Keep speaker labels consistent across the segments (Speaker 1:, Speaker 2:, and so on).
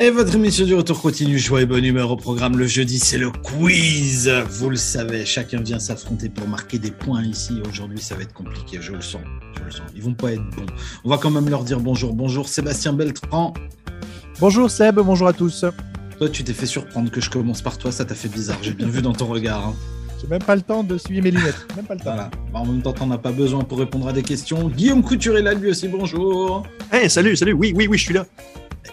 Speaker 1: Et votre émission du retour continue, joie et bonne humeur au programme le jeudi, c'est le quiz. Vous le savez, chacun vient s'affronter pour marquer des points ici. Aujourd'hui, ça va être compliqué, je le sens, je le sens. Ils vont pas être bons. On va quand même leur dire bonjour, bonjour Sébastien Beltran.
Speaker 2: Bonjour Seb, bonjour à tous.
Speaker 1: Toi, tu t'es fait surprendre que je commence par toi, ça t'a fait bizarre, j'ai bien vu dans ton regard. hein.
Speaker 2: J'ai même pas le temps de suivre mes lunettes. Même pas le temps.
Speaker 1: Voilà. Bah, en même temps, t'en as pas besoin pour répondre à des questions. Guillaume Couturé là, lui aussi, bonjour.
Speaker 3: Eh, salut, salut, oui, oui, oui, je suis là.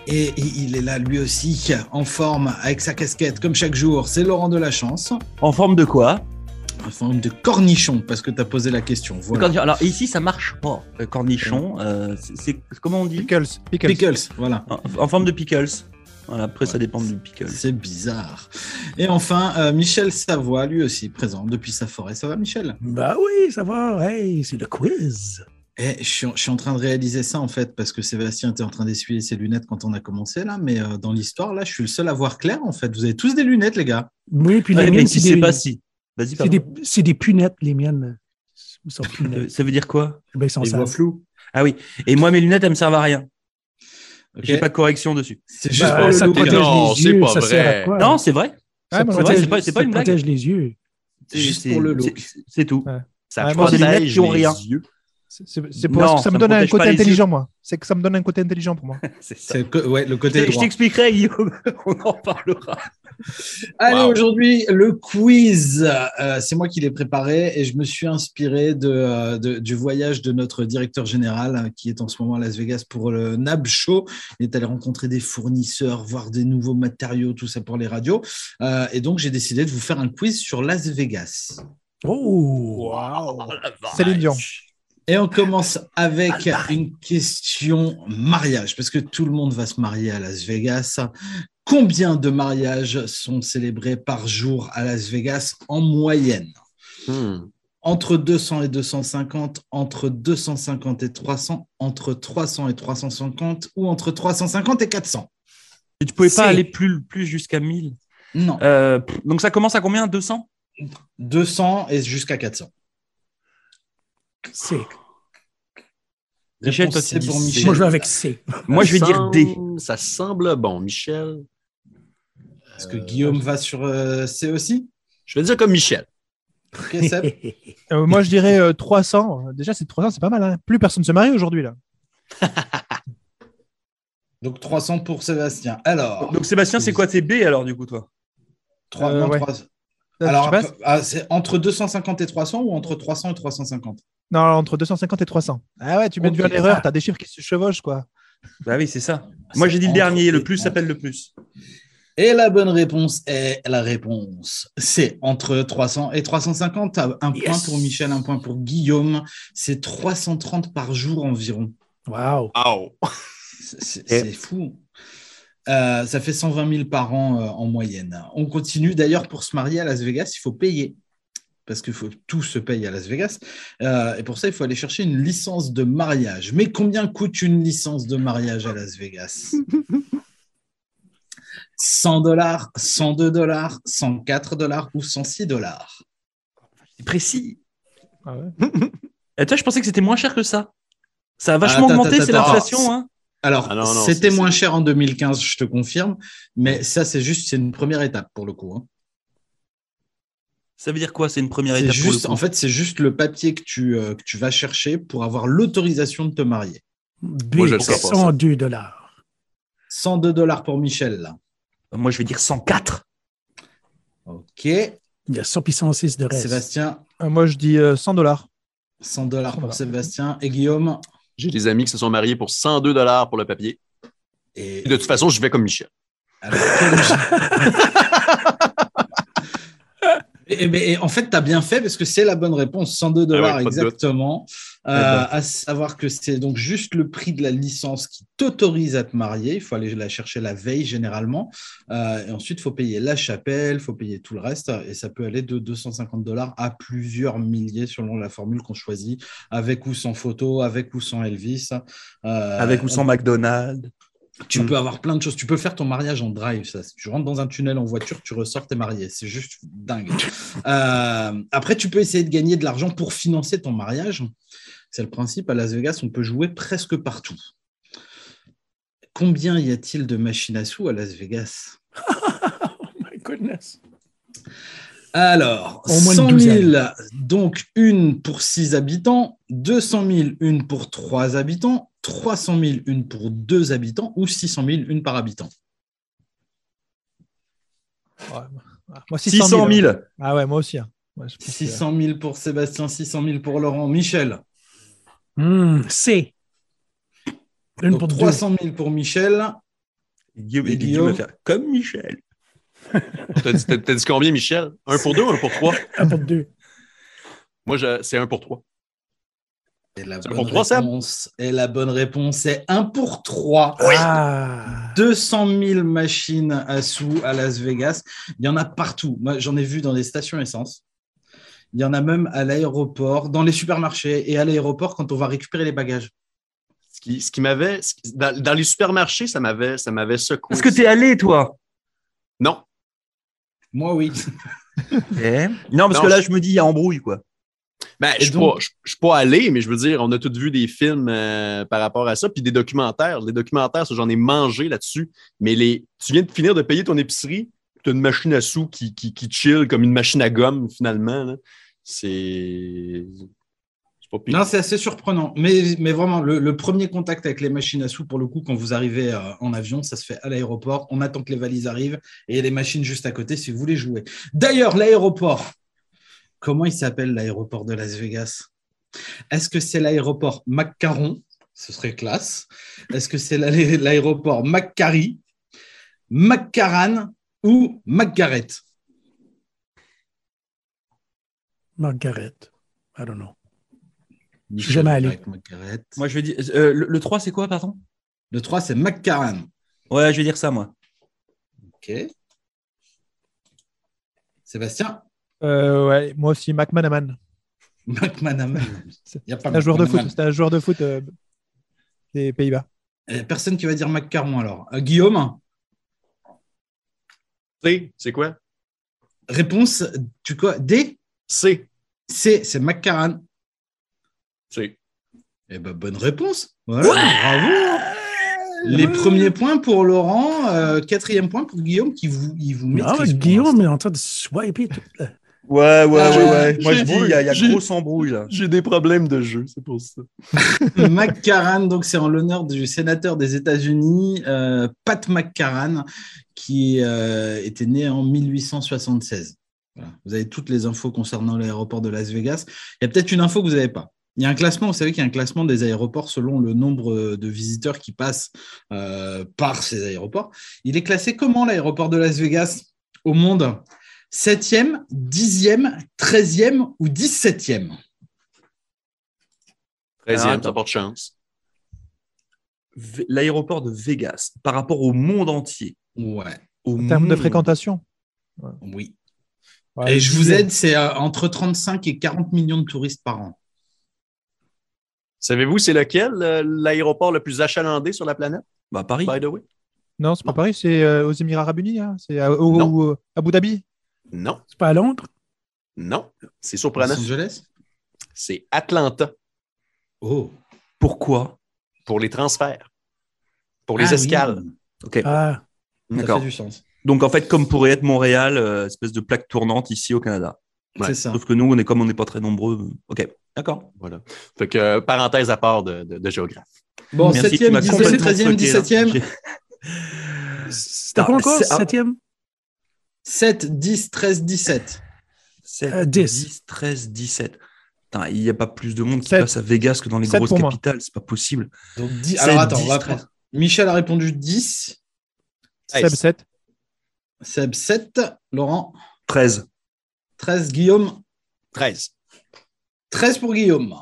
Speaker 1: Et il est là lui aussi, en forme, avec sa casquette, comme chaque jour. C'est Laurent de la Chance,
Speaker 3: En forme de quoi
Speaker 1: en forme de cornichon, parce que t'as posé la question. Voilà.
Speaker 3: Cornichon. Alors ici, ça marche pas. Euh, Cornichon, euh, c'est- c'est comment on dit
Speaker 2: Pickles, pickles.
Speaker 1: Pickles, voilà.
Speaker 3: en, en forme de pickles. Voilà, après,
Speaker 1: Ouais.
Speaker 3: ça dépend du pickle.
Speaker 1: C'est bizarre. Et enfin, euh, Michel Savoie, lui aussi, présent depuis sa forêt. Ça va, Michel
Speaker 4: Bah oui, ça va, hey, c'est le quiz.
Speaker 1: Eh, je suis, en- je suis en train de réaliser ça, en fait, parce que Sébastien était en train d'essuyer ses lunettes quand on a commencé, là. Mais euh, dans l'histoire, là, je suis le seul à voir clair, en fait. Vous avez tous des lunettes, les gars.
Speaker 4: Oui, puis les
Speaker 3: Ouais, mais
Speaker 4: miennes, c'est
Speaker 3: si c'est
Speaker 4: des,
Speaker 3: pas si. Vas-y,
Speaker 4: c'est
Speaker 3: pardon.
Speaker 4: des, c'est des punettes, les miennes. Ils
Speaker 3: Euh,
Speaker 4: sont punettes.
Speaker 3: Ça veut dire quoi
Speaker 4: ben, ils sont
Speaker 3: Des voix
Speaker 4: sales.
Speaker 3: floues. Ah oui. Et moi, mes lunettes, elles me servent à rien.
Speaker 1: Ok
Speaker 3: J'ai pas de correction dessus.
Speaker 1: C'est juste
Speaker 4: Bah,
Speaker 1: pour le
Speaker 4: ça
Speaker 1: look, les
Speaker 4: protège
Speaker 1: gars.
Speaker 5: Non,
Speaker 4: les
Speaker 5: c'est
Speaker 4: yeux,
Speaker 5: pas
Speaker 4: ça sert
Speaker 5: vrai.
Speaker 4: à quoi?
Speaker 3: Non, c'est vrai.
Speaker 2: Ouais,
Speaker 4: ça
Speaker 2: moi,
Speaker 3: c'est
Speaker 2: protège-
Speaker 3: vrai, c'est pas- c'est pas
Speaker 4: ça
Speaker 3: une blague.
Speaker 4: protège les yeux.
Speaker 1: C'est
Speaker 3: C'est-
Speaker 1: juste
Speaker 3: c'est-
Speaker 1: pour le look.
Speaker 3: c'est- C'est tout.
Speaker 2: Ouais.
Speaker 5: Ça
Speaker 2: Ouais, moi,
Speaker 3: des lunettes
Speaker 5: protège
Speaker 3: qui ont
Speaker 5: les
Speaker 3: rien.
Speaker 5: yeux.
Speaker 2: C'est- C'est c'est pour
Speaker 3: Non,
Speaker 2: ça que ça,
Speaker 3: ça
Speaker 2: me
Speaker 3: me
Speaker 2: donne un
Speaker 3: protège
Speaker 2: côté
Speaker 3: pas les yeux.
Speaker 2: intelligent, moi. C'est que ça me donne un côté intelligent pour moi.
Speaker 3: C'est ça.
Speaker 1: C'est le co- ouais, le côté
Speaker 3: Je
Speaker 1: droit.
Speaker 3: t'expliquerai, Guillaume. On en parlera.
Speaker 1: Allez,
Speaker 5: Wow.
Speaker 1: aujourd'hui, le quiz. Euh, c'est moi qui l'ai préparé et je me suis inspiré de, euh, de- du voyage de notre directeur général hein, qui est en ce moment à Las Vegas pour le NAB Show. Il est allé rencontrer des fournisseurs, voir des nouveaux matériaux, tout ça pour les radios. Euh, et donc, j'ai décidé de vous faire un quiz sur Las Vegas.
Speaker 4: Oh!
Speaker 2: Céline Dion.
Speaker 1: Et on commence avec une question mariage, parce que tout le monde va se marier à Las Vegas. Combien de mariages sont célébrés par jour à Las Vegas en moyenne
Speaker 5: Hmm.
Speaker 1: Entre 200 et 250, entre 250 et 300, entre 300 et 350 ou entre 350 et 400
Speaker 3: Et tu pouvais
Speaker 4: C'est-
Speaker 3: pas aller plus, plus jusqu'à 1000.
Speaker 1: Non,
Speaker 3: Euh, pff, donc ça commence à combien 200
Speaker 1: 200 et jusqu'à 400.
Speaker 4: C'est.
Speaker 3: Michel, toi,
Speaker 1: Réponse
Speaker 3: tu
Speaker 1: C pour
Speaker 3: dis
Speaker 1: Michel.
Speaker 4: Moi, je vais avec C.
Speaker 3: Moi, je vais dire D.
Speaker 5: Ça semble bon, Michel.
Speaker 1: Est-ce que Guillaume va sur euh, C aussi
Speaker 5: Je vais dire comme Michel.
Speaker 1: Ok, Seb
Speaker 2: Euh, moi, je dirais euh, 300. Déjà, c'est 300, c'est pas mal. hein. Plus personne se marie aujourd'hui, là.
Speaker 1: Donc 300 pour Sébastien. Alors,
Speaker 3: Oh, Donc Sébastien, c'est quoi tes B alors du coup toi
Speaker 1: 3,
Speaker 2: Euh, ouais. Là,
Speaker 1: Alors,
Speaker 2: Euh, je sais pas.
Speaker 1: ah, c'est entre 250 et 300 ou entre 300 et 350
Speaker 2: Non, entre 250 et 300. Ah ouais, tu mets
Speaker 1: Ok.
Speaker 2: du en erreur, t'as des chiffres qui se chevauchent, quoi.
Speaker 3: Bah oui, c'est ça. Moi j'ai dit le
Speaker 1: Entre-
Speaker 3: dernier, le plus
Speaker 1: entre-
Speaker 3: s'appelle le plus.
Speaker 1: Et la bonne réponse est la réponse. C'est entre 300 et 350. Un point
Speaker 4: Yes.
Speaker 1: pour Michel, un point pour Guillaume. C'est 330 par jour environ.
Speaker 4: Waouh!
Speaker 5: Oh.
Speaker 1: C'est- C'est
Speaker 3: Et-
Speaker 1: c'est fou. Euh, ça fait 120 000 par an euh, en moyenne. On continue d'ailleurs pour se marier à Las Vegas, il faut payer. Parce que faut, tout se paye à Las Vegas. Euh, et pour ça, il faut aller chercher une licence de mariage. Mais combien coûte une licence de mariage à Las Vegas 100 dollars, 102 dollars, 104 dollars ou 106 dollars
Speaker 3: C'est précis.
Speaker 2: Ah ouais.
Speaker 3: Et toi, je pensais que c'était moins cher que ça. Ça a vachement
Speaker 1: Ah, attends,
Speaker 3: augmenté,
Speaker 1: attends,
Speaker 3: c'est
Speaker 1: attends.
Speaker 3: l'inflation. Hein
Speaker 1: Alors,
Speaker 5: Ah non, non,
Speaker 1: c'était
Speaker 5: c'est-
Speaker 1: moins
Speaker 5: c'est-
Speaker 1: cher en 2015, je te confirme. Mais ça, c'est juste, c'est une première étape pour le coup. hein.
Speaker 3: ça veut dire quoi C'est une première
Speaker 1: C'est
Speaker 3: étape pour le
Speaker 1: juste,
Speaker 3: coup.
Speaker 1: en fait, c'est juste le papier que tu, euh, que tu vas chercher pour avoir l'autorisation de te marier.
Speaker 4: B,
Speaker 5: Moi, je le sens pas, ça.
Speaker 4: 102 dollars.
Speaker 1: 102 dollars pour Michel, là.
Speaker 3: Moi je vais dire 104.
Speaker 1: Ok.
Speaker 4: Il y a 100 puis 106 de reste.
Speaker 1: Sébastien,
Speaker 2: Euh, moi, je dis euh, 100 dollars.
Speaker 1: 100 dollars pour
Speaker 2: Voilà.
Speaker 1: Sébastien. Et Guillaume
Speaker 5: J'ai des amis qui se sont mariés pour 102 dollars pour le papier.
Speaker 1: et...
Speaker 5: Et de toute façon, je vais comme Michel.
Speaker 1: Alors, quel- Et, et- et en fait, tu as bien fait parce que c'est la bonne réponse, 102 dollars
Speaker 5: Ah ouais, pas de doute.
Speaker 1: exactement. Euh, à savoir que c'est donc juste le prix de la licence qui t'autorise à te marier. Il faut aller la chercher la veille généralement. Euh, et ensuite, il faut payer la chapelle, il faut payer tout le reste. Et ça peut aller de 250 dollars à plusieurs milliers selon la formule qu'on choisit, avec ou sans photo, avec ou sans Elvis. Euh,
Speaker 3: Avec ou sans
Speaker 1: on-
Speaker 3: McDonald's.
Speaker 1: tu
Speaker 3: Mm.
Speaker 1: peux avoir plein de choses. Tu peux faire ton mariage en drive. Ça. Tu rentres dans un tunnel en voiture, tu ressors, t'es marié. C'est juste dingue. Euh, après, tu peux essayer de gagner de l'argent pour financer ton mariage. C'est le principe. À Las Vegas, on peut jouer presque partout. Combien y a-t-il de machines à sous à Las Vegas
Speaker 4: Oh my goodness.
Speaker 1: Alors,
Speaker 4: Au moins une
Speaker 1: 100 000,
Speaker 4: douzaine.
Speaker 1: donc une pour 6 habitants, 200 000, une pour 3 habitants, 300 000, une pour 2 habitants ou 600 000, une par habitant.
Speaker 2: Moi,
Speaker 5: 600 000.
Speaker 2: Ah ouais, moi aussi. hein. Ouais, je pense que-
Speaker 1: 600 000 pour Sébastien, 600 000 pour Laurent, Michel.
Speaker 4: Hmm, C. Une
Speaker 1: Donc,
Speaker 4: pour trois.
Speaker 1: 300 000 pour Michel.
Speaker 3: Guillaume,
Speaker 1: Et Guillaume
Speaker 3: et Guillaume va faire comme Michel.
Speaker 5: T'as dit, t'as- t'as dit combien, Michel? Un pour deux ou un pour trois?
Speaker 4: Un pour deux.
Speaker 5: Moi, je- c'est un pour trois.
Speaker 1: Et la,
Speaker 5: C'est
Speaker 1: bonne
Speaker 5: pour trois, Seb
Speaker 1: réponse, et la bonne réponse est 1 pour 3.
Speaker 4: Ah.
Speaker 1: 200 000 machines à sous à Las Vegas. Il y en a partout. Moi, j'en ai vu dans des stations essence. Il y en a même à l'aéroport, dans les supermarchés et à l'aéroport quand on va récupérer les bagages.
Speaker 5: Ce qui, ce qui m'avait. ce qui- Dans, dans les supermarchés, ça m'avait ça m'avait secoué.
Speaker 3: Est-ce que t'es allé, toi?
Speaker 5: Non.
Speaker 1: Moi, oui.
Speaker 3: Eh Non, parce
Speaker 5: Non,
Speaker 3: que là,
Speaker 5: je-
Speaker 3: je me dis, il y a embrouille, quoi.
Speaker 5: Ben, je ne suis
Speaker 1: donc-
Speaker 5: pas- je- je suis pas allé, mais je veux dire, on a tous vu des films euh, par rapport à ça, puis des documentaires. Les documentaires, ça, j'en ai mangé là-dessus. Mais les, tu viens de finir de payer ton épicerie, tu as une machine à sous qui, qui, qui chill comme une machine à gomme, finalement. là. C'est. C'est pas pire.
Speaker 1: Non, c'est assez surprenant. Mais, mais vraiment, le, le premier contact avec les machines à sous, pour le coup, quand vous arrivez euh, en avion, ça se fait à l'aéroport. On attend que les valises arrivent et il y a les machines juste à côté si vous voulez jouer. D'ailleurs, l'aéroport. Comment il s'appelle l'aéroport de Las Vegas Est-ce que c'est l'aéroport Macaron Ce serait classe. Est-ce que c'est l'a- l'aéroport McCarry, McCarran ou McGarrett
Speaker 4: Margaret. I don't know.
Speaker 1: Michel
Speaker 4: Jamais allé.
Speaker 1: Drake, McGarrett.
Speaker 3: Moi, je vais dire. euh, le, le 3, c'est quoi, pardon?
Speaker 1: Le 3, c'est McCarran.
Speaker 3: Ouais, je vais dire ça, moi.
Speaker 1: Ok. Sébastien,
Speaker 2: Euh, ouais, moi aussi, Mac Manaman.
Speaker 1: McManaman. Il y a pas
Speaker 2: C'est un joueur de foot.
Speaker 1: McManaman.
Speaker 2: C'est un joueur de foot euh, des Pays-Bas.
Speaker 1: Euh, Personne qui va dire Macaron alors. Euh, Guillaume,
Speaker 5: C, c'est quoi?
Speaker 1: réponse tu quoi D
Speaker 5: C.
Speaker 1: C, c'est McCarran.
Speaker 5: C.
Speaker 1: Eh ben, bonne réponse. Voilà, bravo. Les premiers points pour Laurent, euh, quatrième point pour Guillaume qui vous, il vous hein.
Speaker 4: Ah,
Speaker 1: maîtrise pour
Speaker 4: ouais, Guillaume
Speaker 1: l'instant.
Speaker 4: est en train de swiper. tout le-
Speaker 3: Ouais, ouais,
Speaker 1: Ah,
Speaker 3: ouais, ouais.
Speaker 5: j'ai-
Speaker 3: Moi, je dis, il y a, il y a
Speaker 5: j'ai-
Speaker 3: grosse embrouille, là.
Speaker 5: J'ai des problèmes de jeu, c'est pour ça.
Speaker 1: McCarran, donc c'est en l'honneur du sénateur des États-Unis, euh, Pat McCarran, qui euh, était né en 1876. Voilà. Vous avez toutes les infos concernant l'aéroport de Las Vegas. Il y a peut-être une info que vous n'avez pas. Il y a un classement, vous savez qu'il y a un classement des aéroports selon le nombre de visiteurs qui passent euh, par ces aéroports. Il est classé comment l'aéroport de Las Vegas au monde 7e, 10e, 13e ou 17e Ah,
Speaker 5: 13e,
Speaker 3: attends.
Speaker 5: ça porte chance.
Speaker 3: V- L'aéroport de Vegas, par rapport au monde entier.
Speaker 1: Ouais,
Speaker 3: Au
Speaker 2: En termes de
Speaker 3: monde.
Speaker 2: fréquentation.
Speaker 1: oui.
Speaker 2: Ouais,
Speaker 1: Mm.
Speaker 3: Ah,
Speaker 1: Et je vous
Speaker 2: dixième.
Speaker 1: aide, c'est euh, entre 35 et 40 millions de touristes par an.
Speaker 5: Savez-vous c'est lequel euh, l'aéroport le plus achalandé sur la planète,
Speaker 3: Bah, Paris.
Speaker 5: by the way?
Speaker 2: Non, c'est pas
Speaker 5: Non.
Speaker 2: Paris, c'est euh, aux Émirats Arabes Unis. hein. C'est à, au-
Speaker 5: Non.
Speaker 2: au- Abu Dhabi.
Speaker 5: Non,
Speaker 4: C'est pas à Londres?
Speaker 5: non. C'est
Speaker 1: Los
Speaker 5: surprenant.
Speaker 1: Angeles
Speaker 5: C'est Atlanta
Speaker 1: Oh.
Speaker 3: Pourquoi
Speaker 5: pour les transferts, pour les
Speaker 1: Ah oui,
Speaker 5: escales.
Speaker 3: Ok,
Speaker 4: Ah,
Speaker 1: Ça
Speaker 3: d'accord.
Speaker 1: fait du sens.
Speaker 3: Donc, en fait, comme pourrait être Montréal, euh, espèce de plaque tournante ici au Canada.
Speaker 5: Ouais,
Speaker 1: C'est ça.
Speaker 3: Sauf que nous, on est comme on n'est pas très nombreux. euh, Ok, d'accord.
Speaker 5: Voilà. Fait que euh, parenthèse à part de, de, de géographe.
Speaker 1: Bon,
Speaker 3: Merci,
Speaker 1: 7e,
Speaker 3: tu m'as
Speaker 1: 18e,
Speaker 3: complètement
Speaker 1: 13e,
Speaker 3: truqué, là.
Speaker 1: 17e.
Speaker 3: J'ai-
Speaker 4: c'était
Speaker 3: Ah,
Speaker 4: quoi encore?
Speaker 3: c'est- ah.
Speaker 4: Septième?
Speaker 1: 7, 10, 13, 17.
Speaker 3: 7,
Speaker 4: Euh, 10.
Speaker 3: 10, 13, 17. Putain, il n'y a pas plus de monde qui
Speaker 2: Sept.
Speaker 3: passe à Vegas que dans les
Speaker 2: Sept
Speaker 3: grosses
Speaker 2: pour moi.
Speaker 3: capitales, c'est pas possible.
Speaker 1: Donc, dix-
Speaker 3: Sept,
Speaker 1: Alors attends, on
Speaker 3: dix,
Speaker 1: va
Speaker 3: treize.
Speaker 1: prendre. Michel a répondu 10,
Speaker 5: Hey,
Speaker 1: Ah,
Speaker 2: Seb 7.
Speaker 1: Seb 7, Laurent
Speaker 3: 13.
Speaker 1: 13, Guillaume
Speaker 5: 13.
Speaker 1: 13 pour Guillaume.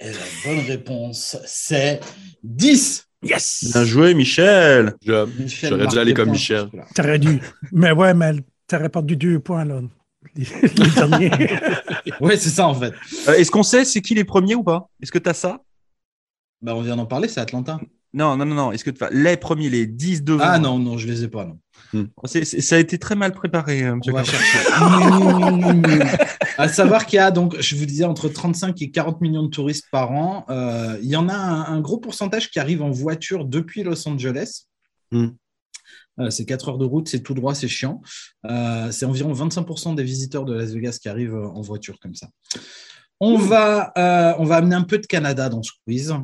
Speaker 1: Et la bonne réponse, c'est 10.
Speaker 3: Yes Bien joué, Michel
Speaker 5: Je-
Speaker 1: Michel
Speaker 5: J'aurais dû
Speaker 1: marque
Speaker 5: aller
Speaker 1: des
Speaker 5: comme
Speaker 1: points
Speaker 5: Michel.
Speaker 1: pour celui-là.
Speaker 4: T'aurais dû. Mais ouais, mais t'aurais perdu deux points, là. Les, les derniers.
Speaker 1: Ouais, c'est ça en fait.
Speaker 3: Euh, Est-ce qu'on sait c'est qui les premiers ou pas Est-ce que tu as ça
Speaker 1: Bah, on vient d'en parler, c'est Atlanta.
Speaker 3: Non, non, non, non. Est-ce que tu as les premiers, les 10 devant
Speaker 1: Ah non, non, je les ai pas. Non.
Speaker 3: C'est- c'est- Ça a été très mal préparé. euh,
Speaker 1: On
Speaker 3: monsieur
Speaker 1: va
Speaker 3: Carpentier.
Speaker 1: chercher. à savoir qu'il y a, donc, je vous disais, entre 35 et 40 millions de touristes par an. Euh, il y en a un, un gros pourcentage qui arrive en voiture depuis Los Angeles.
Speaker 5: Mm.
Speaker 1: Euh, c'est 4 heures de route, c'est tout droit, c'est chiant. Euh, c'est environ 25% des visiteurs de Las Vegas qui arrivent euh, en voiture comme ça. On, va, euh, on va amener un peu de Canada dans ce quiz.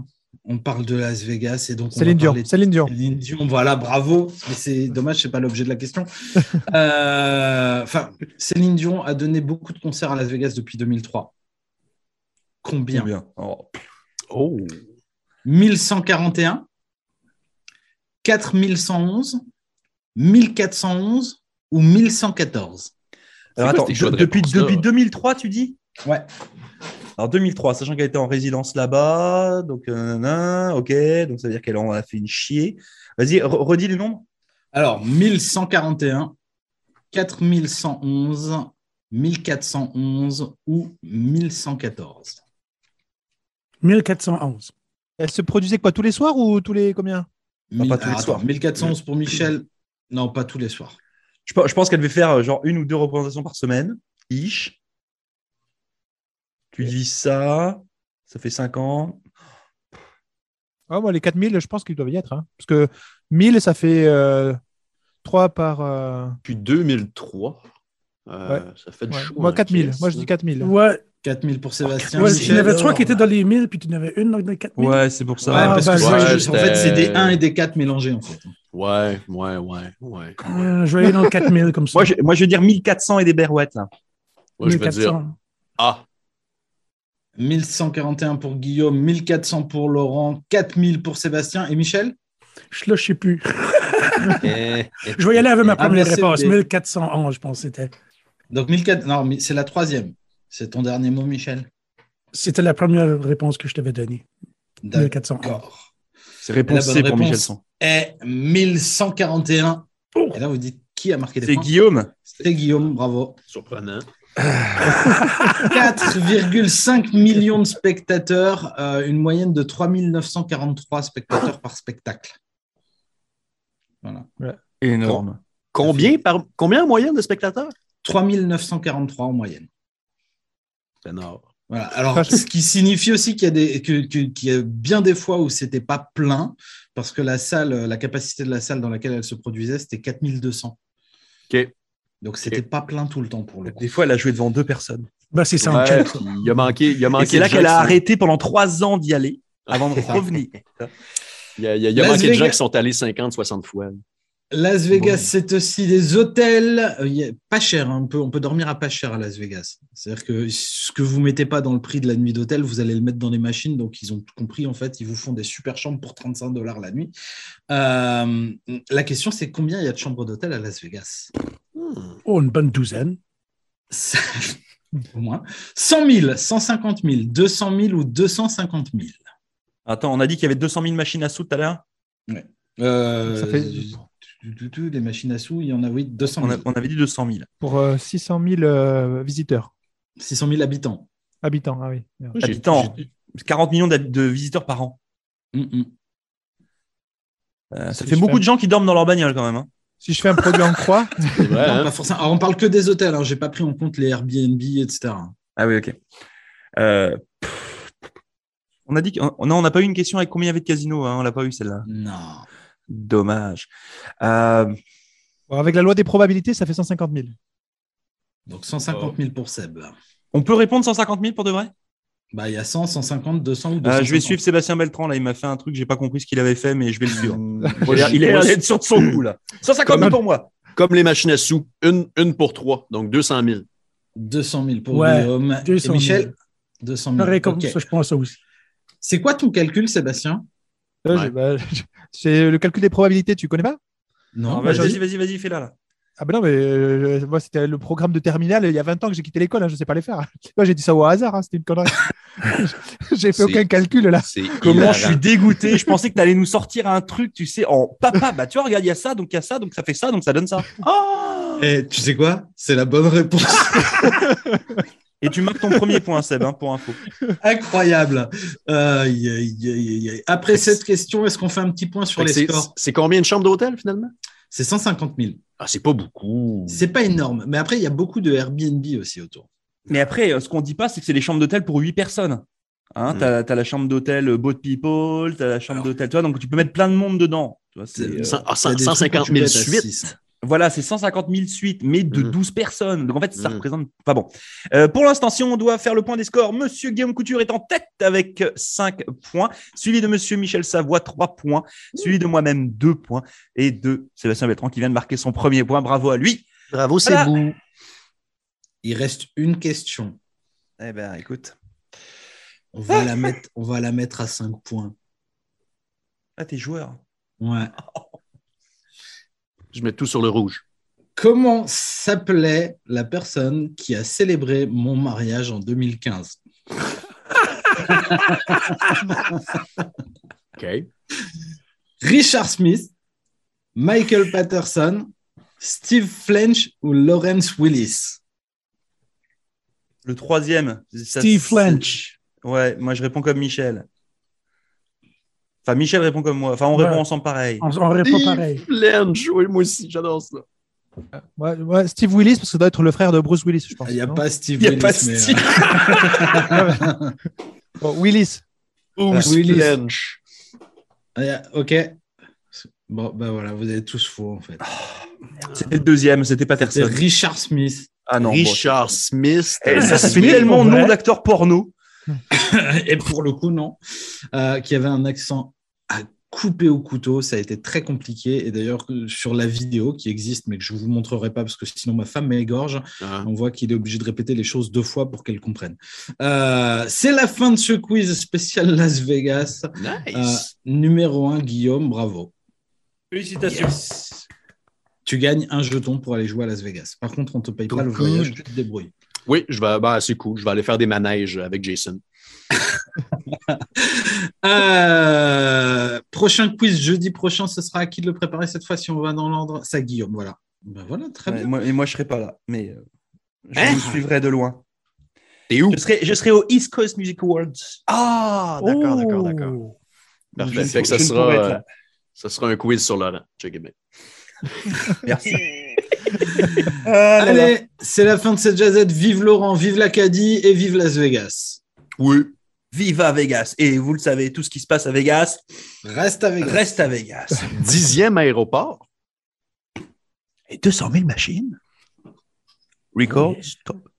Speaker 1: On parle de Las Vegas et donc on va
Speaker 2: Céline Dion.
Speaker 1: parler de
Speaker 2: Céline Dion.
Speaker 1: Céline Dion, voilà, bravo. Mais c'est dommage, c'est pas l'objet de la question. Euh, Enfin, Céline Dion a donné beaucoup de concerts à Las Vegas depuis 2003. Combien
Speaker 3: Bien. Oh, pff,
Speaker 5: Oh.
Speaker 1: 1141, 4111, 1411 ou 1114
Speaker 3: Alors
Speaker 5: quoi
Speaker 3: attends,
Speaker 5: ces choix
Speaker 3: de-
Speaker 5: de
Speaker 3: depuis,
Speaker 5: réponse-là
Speaker 3: depuis 2003, tu dis
Speaker 1: Ouais.
Speaker 3: Alors 2003, sachant qu'elle était en résidence là-bas, donc euh, nanana, ok, donc ça veut dire qu'elle en a fait une chier. Vas-y, re- redis les nombres.
Speaker 1: Alors, 1141, 4111, 1411 ou 1114
Speaker 4: 1411.
Speaker 2: Elle se produisait quoi tous les soirs ou tous les combien
Speaker 3: Ah, pas tous les
Speaker 1: Alors, attends,
Speaker 3: soirs.
Speaker 1: 1411 pour Michel. Non, pas tous les soirs.
Speaker 3: Je, pe- je pense qu'elle devait faire euh, genre une ou deux représentations par semaine, ish. Tu divises ça, ça fait 5 ans.
Speaker 2: Ah, moi, les 4000, je pense qu'ils doivent y être. hein. Parce que 1000, ça fait 3 par. euh,
Speaker 5: Depuis 2003, euh, ça fait du
Speaker 2: ouais.
Speaker 5: chaud.
Speaker 2: Moi,
Speaker 5: hein,
Speaker 2: 4000.
Speaker 5: Chris.
Speaker 2: Moi, je dis 4000.
Speaker 4: Ouais,
Speaker 1: 4000 pour Sébastien.
Speaker 4: Oh, ouais, il y en
Speaker 1: Michel.
Speaker 4: avait trois qui étaient dans les 1000, puis tu en avais une dans les 4000.
Speaker 3: Ouais, c'est pour
Speaker 1: Ouais,
Speaker 3: ça.
Speaker 4: Ah,
Speaker 1: parce
Speaker 4: bah,
Speaker 1: que
Speaker 5: ouais,
Speaker 1: c'est- en fait,
Speaker 5: c'était-
Speaker 1: c'est des
Speaker 4: euh,
Speaker 1: 1 et des 4 mélangés, en fait.
Speaker 5: Ouais, ouais, ouais, ouais. ouais.
Speaker 4: Euh, je vais aller dans le 4000 comme ça.
Speaker 3: moi, je, moi, je veux dire 1400 et des berouettes, là.
Speaker 5: Moi, je vais dire Ah.
Speaker 1: 1141 pour Guillaume, 1400 pour Laurent, 4000 pour Sébastien et Michel
Speaker 4: Je suis là, je sais plus.
Speaker 5: Eh, eh.
Speaker 4: Je vais y aller avec ma
Speaker 1: Ah,
Speaker 4: première
Speaker 1: mais c'est
Speaker 4: réponse.
Speaker 1: des-
Speaker 4: 1411, je pense que c'était.
Speaker 1: Donc, 1400. Non, mais c'est la troisième. C'est ton dernier mot, Michel
Speaker 4: C'était la première réponse que je t'avais donnée.
Speaker 1: D'accord.
Speaker 4: 1411.
Speaker 3: C'est réponse
Speaker 1: bonne
Speaker 3: C pour
Speaker 1: réponse.
Speaker 3: Michelson.
Speaker 1: Et 1141.
Speaker 4: Oh.
Speaker 1: Et là, vous dites qui a marqué des
Speaker 3: C'est
Speaker 1: points
Speaker 3: Guillaume.
Speaker 1: C'est Guillaume, bravo.
Speaker 5: Surprenant.
Speaker 1: 4,5 millions de spectateurs, euh, une moyenne de 3943 spectateurs par spectacle. Voilà.
Speaker 3: Énorme.
Speaker 5: Combien, par... Combien en moyenne de spectateurs?
Speaker 1: 3943 en moyenne.
Speaker 5: C'est nord.
Speaker 1: Voilà. Alors,
Speaker 2: Franchement.
Speaker 1: ce qui signifie aussi qu'il y a des, que- que- qu'il y a bien des fois où c'était pas plein, parce que la salle, la capacité de la salle dans laquelle elle se produisait, c'était 4200.
Speaker 5: OK.
Speaker 1: Donc, c'était pas plein tout le temps pour le coup.
Speaker 3: Des fois, elle a joué devant deux personnes.
Speaker 4: Ben, c'est
Speaker 5: Ouais,
Speaker 4: Soundcheck.
Speaker 5: puis il a manqué. Il a
Speaker 3: Et
Speaker 5: manqué
Speaker 3: c'est Ah, là
Speaker 5: de gens
Speaker 3: qu'elle a
Speaker 5: qui sont-
Speaker 3: arrêté pendant 3 ans d'y aller avant de revenir.
Speaker 5: Il y a, il y a- il y a
Speaker 1: Las
Speaker 5: manqué de gens
Speaker 1: Vegas.
Speaker 5: qui sont allés 50, 60 fois.
Speaker 1: Las Vegas,
Speaker 3: Bon.
Speaker 1: c'est aussi des hôtels. Euh, il y a- Pas cher, hein, on, peut, on peut dormir à pas cher à Las Vegas. C'est-à-dire que ce que vous mettez pas dans le prix de la nuit d'hôtel, vous allez le mettre dans les machines. Donc, ils ont tout compris. En fait, ils vous font des super chambres pour 35 dollars la nuit. Euh, la question, c'est combien il y a de chambres d'hôtel à Las Vegas
Speaker 5: Hmm.
Speaker 4: Oh, une bonne douzaine.
Speaker 1: Ça- Au moins. 100 000, 150 000, 200 000 ou 250 000
Speaker 3: Attends, on a dit qu'il y avait 200 000 machines à sous tout à l'heure
Speaker 1: Euh,
Speaker 2: Ça fait-
Speaker 1: tu- tu- tu- Les machines à sous, il y en a, oui, 200
Speaker 3: on,
Speaker 1: 000.
Speaker 3: a- on avait dit 200 000.
Speaker 2: Pour euh, 600 000 euh, visiteurs,
Speaker 1: 600 000 habitants.
Speaker 2: habitants. Ah oui. merde.
Speaker 5: J'ai-
Speaker 3: Habitants. 40 millions d'hab- de visiteurs par an.
Speaker 1: Mm, mm.
Speaker 3: Euh,
Speaker 2: Si
Speaker 3: ça fait
Speaker 2: je
Speaker 3: beaucoup
Speaker 2: fais-
Speaker 3: de gens qui dorment dans leur bagnole quand même. hein.
Speaker 2: Si je fais un produit en croix,
Speaker 5: C'est vrai,
Speaker 1: Non,
Speaker 5: hein?
Speaker 1: pas forcément. Alors, on parle que des hôtels. Hein. J'ai pas pris en compte les Airbnb, etc.
Speaker 3: Ah oui, ok. Euh, pff, on a dit qu'on non, on n'a pas eu une question avec combien il y avait de casinos. hein, on l'a pas eu celle-là.
Speaker 1: Non.
Speaker 3: Dommage. Euh,
Speaker 2: bon, avec la loi des probabilités, ça fait 150 000.
Speaker 1: Donc 150 000 pour Seb.
Speaker 3: on peut répondre 150 000 pour de vrai
Speaker 1: Bah, il y a 100, 150, 200 ou
Speaker 3: Euh,
Speaker 1: 200.
Speaker 3: Je vais suivre Sébastien Beltran. Là, il m'a fait un truc, j'ai pas compris ce qu'il avait fait, mais je vais le suivre.
Speaker 5: Moi, je-
Speaker 3: il est
Speaker 5: moi,
Speaker 3: allé
Speaker 5: je-
Speaker 3: être sûr de son coup là. 150 000 pour moi.
Speaker 5: Comme les machines à sous, une, une pour trois, donc 200 000.
Speaker 1: 200 000 pour
Speaker 4: Ouais,
Speaker 1: Guillaume.
Speaker 4: 200
Speaker 1: Et
Speaker 4: 000.
Speaker 1: Michel, 200 000.
Speaker 4: Pareil comme
Speaker 1: Hmm, Ok.
Speaker 4: ça, je pense ça aussi.
Speaker 1: C'est quoi ton calcul, Sébastien
Speaker 2: Là, je-
Speaker 5: Ouais.
Speaker 2: bah, je- C'est le calcul des probabilités, tu connais pas
Speaker 1: Non, Hein, vas-y.
Speaker 3: vas-y, Ah, bah, vas-y, vas-y, vas-y, fais-la là.
Speaker 2: Ah ben non, mais euh, moi, c'était le programme de terminale. Il y a 20 ans que j'ai quitté l'école, hein, je sais pas les faire. Moi, j'ai dit ça au hasard, hein, c'était une connerie. j'ai fait
Speaker 5: C'est-
Speaker 2: aucun calcul là.
Speaker 5: C'est
Speaker 3: Comment
Speaker 5: hilarant.
Speaker 3: je suis dégoûté. Je pensais que t'allais nous sortir un truc, tu sais, en papa, bah tu vois, regarde, il y a ça, donc il y a ça, donc ça fait ça, donc ça donne ça. Ah
Speaker 1: Eh, tu sais quoi C'est la bonne réponse.
Speaker 3: Et tu marques ton premier point, Seb, hein, pour info.
Speaker 1: Incroyable. Euh, y- y- y- y- y- Après cette question, est-ce qu'on fait un petit point sur
Speaker 5: Fait que
Speaker 1: les
Speaker 5: c'est-
Speaker 1: scores
Speaker 5: C'est combien de chambres d'hôtel finalement?
Speaker 1: C'est 150 000.
Speaker 5: Ah, c'est pas beaucoup.
Speaker 1: C'est pas énorme. Mais après, il y a beaucoup de Airbnb aussi autour.
Speaker 3: Mais après, euh, ce qu'on dit pas, c'est que c'est les chambres d'hôtel pour 8 personnes. Hein,
Speaker 5: Mm.
Speaker 3: T'as t'as la chambre d'hôtel euh, Boat People, t'as la chambre d'hôtel, toi, donc tu peux mettre plein de monde dedans. Tu vois, c'est, euh,
Speaker 5: Cent-
Speaker 1: Il y
Speaker 5: ah,
Speaker 1: a
Speaker 5: cent-
Speaker 1: des trucs où tu
Speaker 5: 150 000
Speaker 1: pètes à
Speaker 5: suites.
Speaker 1: six.
Speaker 3: Voilà, c'est 150 000 suites, mais de
Speaker 5: Mm.
Speaker 3: 12 personnes. Donc en fait, ça
Speaker 5: Mm.
Speaker 3: représente. Pas bon. Euh, pour l'instant, si on doit faire le point des scores, Monsieur Guillaume Couture est en tête avec 5 points, suivi de Monsieur Michel Savoie, 3 points, suivi de moi-même, 2 points, et de Sébastien Beltran qui vient de marquer son premier point. Bravo à lui.
Speaker 5: Bravo, c'est
Speaker 3: Voilà.
Speaker 5: vous.
Speaker 1: Il reste une question.
Speaker 3: Eh ben, écoute,
Speaker 1: On va, la mettre, on va la mettre à 5 points.
Speaker 3: ah, t'es joueur.
Speaker 1: Ouais.
Speaker 5: Je mets tout sur le rouge.
Speaker 1: Comment s'appelait la personne qui a célébré mon mariage en 2015
Speaker 5: OK.
Speaker 1: Richard Smith, Michael Patterson, Steve Flench ou Lawrence Willis
Speaker 3: Le troisième. ça-
Speaker 4: Steve
Speaker 3: c'est-
Speaker 4: Flench.
Speaker 3: Ouais, moi je réponds comme Michel. Enfin, Michel répond comme moi. Enfin, on
Speaker 4: Ouais.
Speaker 3: répond ensemble pareil.
Speaker 4: On, on répond pareil.
Speaker 5: Flange. Oui, moi aussi, j'adore ça.
Speaker 2: Ouais, ouais, Steve Willis, parce que ça doit être le frère de Bruce Willis, je pense.
Speaker 1: Il n'y a
Speaker 2: non
Speaker 1: pas Steve
Speaker 3: Il y a
Speaker 1: Willis.
Speaker 3: pas
Speaker 1: mais,
Speaker 3: Steve.
Speaker 1: euh,
Speaker 2: Bon, Willis.
Speaker 5: Bruce
Speaker 1: Willis.
Speaker 5: Flange.
Speaker 1: il Ah, y a- ok. Bon, ben voilà, vous avez tous faux en fait.
Speaker 3: Ah, C'était le deuxième, c'était
Speaker 1: C'est
Speaker 3: Patterson.
Speaker 1: Richard Smith.
Speaker 3: Ah non. bon.
Speaker 5: Richard Smith.
Speaker 3: Eh, ça se fait
Speaker 5: Mais-
Speaker 3: tellement
Speaker 4: pour vrai.
Speaker 3: nom d'acteur porno.
Speaker 1: et pour le coup, non, Euh, qui avait un accent à couper au couteau. Ça a été très compliqué. Et d'ailleurs, euh, sur la vidéo qui existe, mais que je vous montrerai pas parce que sinon ma femme m'égorge,
Speaker 5: Ah.
Speaker 1: on voit qu'il est obligé de répéter les choses deux fois pour qu'elle comprenne. Euh, C'est la fin de ce quiz spécial Las Vegas. Euh,
Speaker 5: Nice.
Speaker 1: numéro 1, Guillaume, bravo.
Speaker 3: Félicitations.
Speaker 1: Tu gagnes un jeton pour aller jouer à Las Vegas. Par contre, on te paye pas le
Speaker 5: Good.
Speaker 1: voyage, tu te débrouilles.
Speaker 5: Oui, je vais, bah, c'est cool. Je vais aller faire des manèges avec Jason.
Speaker 1: Euh, prochain quiz jeudi prochain, ce sera à qui de le préparer cette fois si on va dans l'ordre C'est à Guillaume, voilà. Ben voilà, très
Speaker 3: Ouais,
Speaker 1: bien.
Speaker 3: moi, et moi, je serai pas là, mais euh, je
Speaker 5: Hein
Speaker 3: vous suivrai de loin.
Speaker 5: T'es où?
Speaker 3: Je serai, je serai au East Coast Music Awards.
Speaker 5: Ah, d'accord, d'accord,
Speaker 4: Oh.
Speaker 5: d'accord.
Speaker 3: Je
Speaker 5: Parfait.
Speaker 3: ne-
Speaker 5: Fait que ça
Speaker 3: je ne pourrai être
Speaker 5: sera, euh,
Speaker 3: là.
Speaker 5: ça sera un quiz sur Laurent. Check it bien.
Speaker 3: Merci. Ah là là.
Speaker 1: Allez, c'est la fin de cette jazette. Vive Laurent, vive l'Acadie et vive Las Vegas.
Speaker 5: Oui.
Speaker 3: Viva Vegas. Et vous le savez, tout ce qui se passe à Vegas
Speaker 1: Reste avec
Speaker 3: reste à Vegas.
Speaker 5: Dixième aéroport.
Speaker 3: Et 200 000 machines. Record. Stop.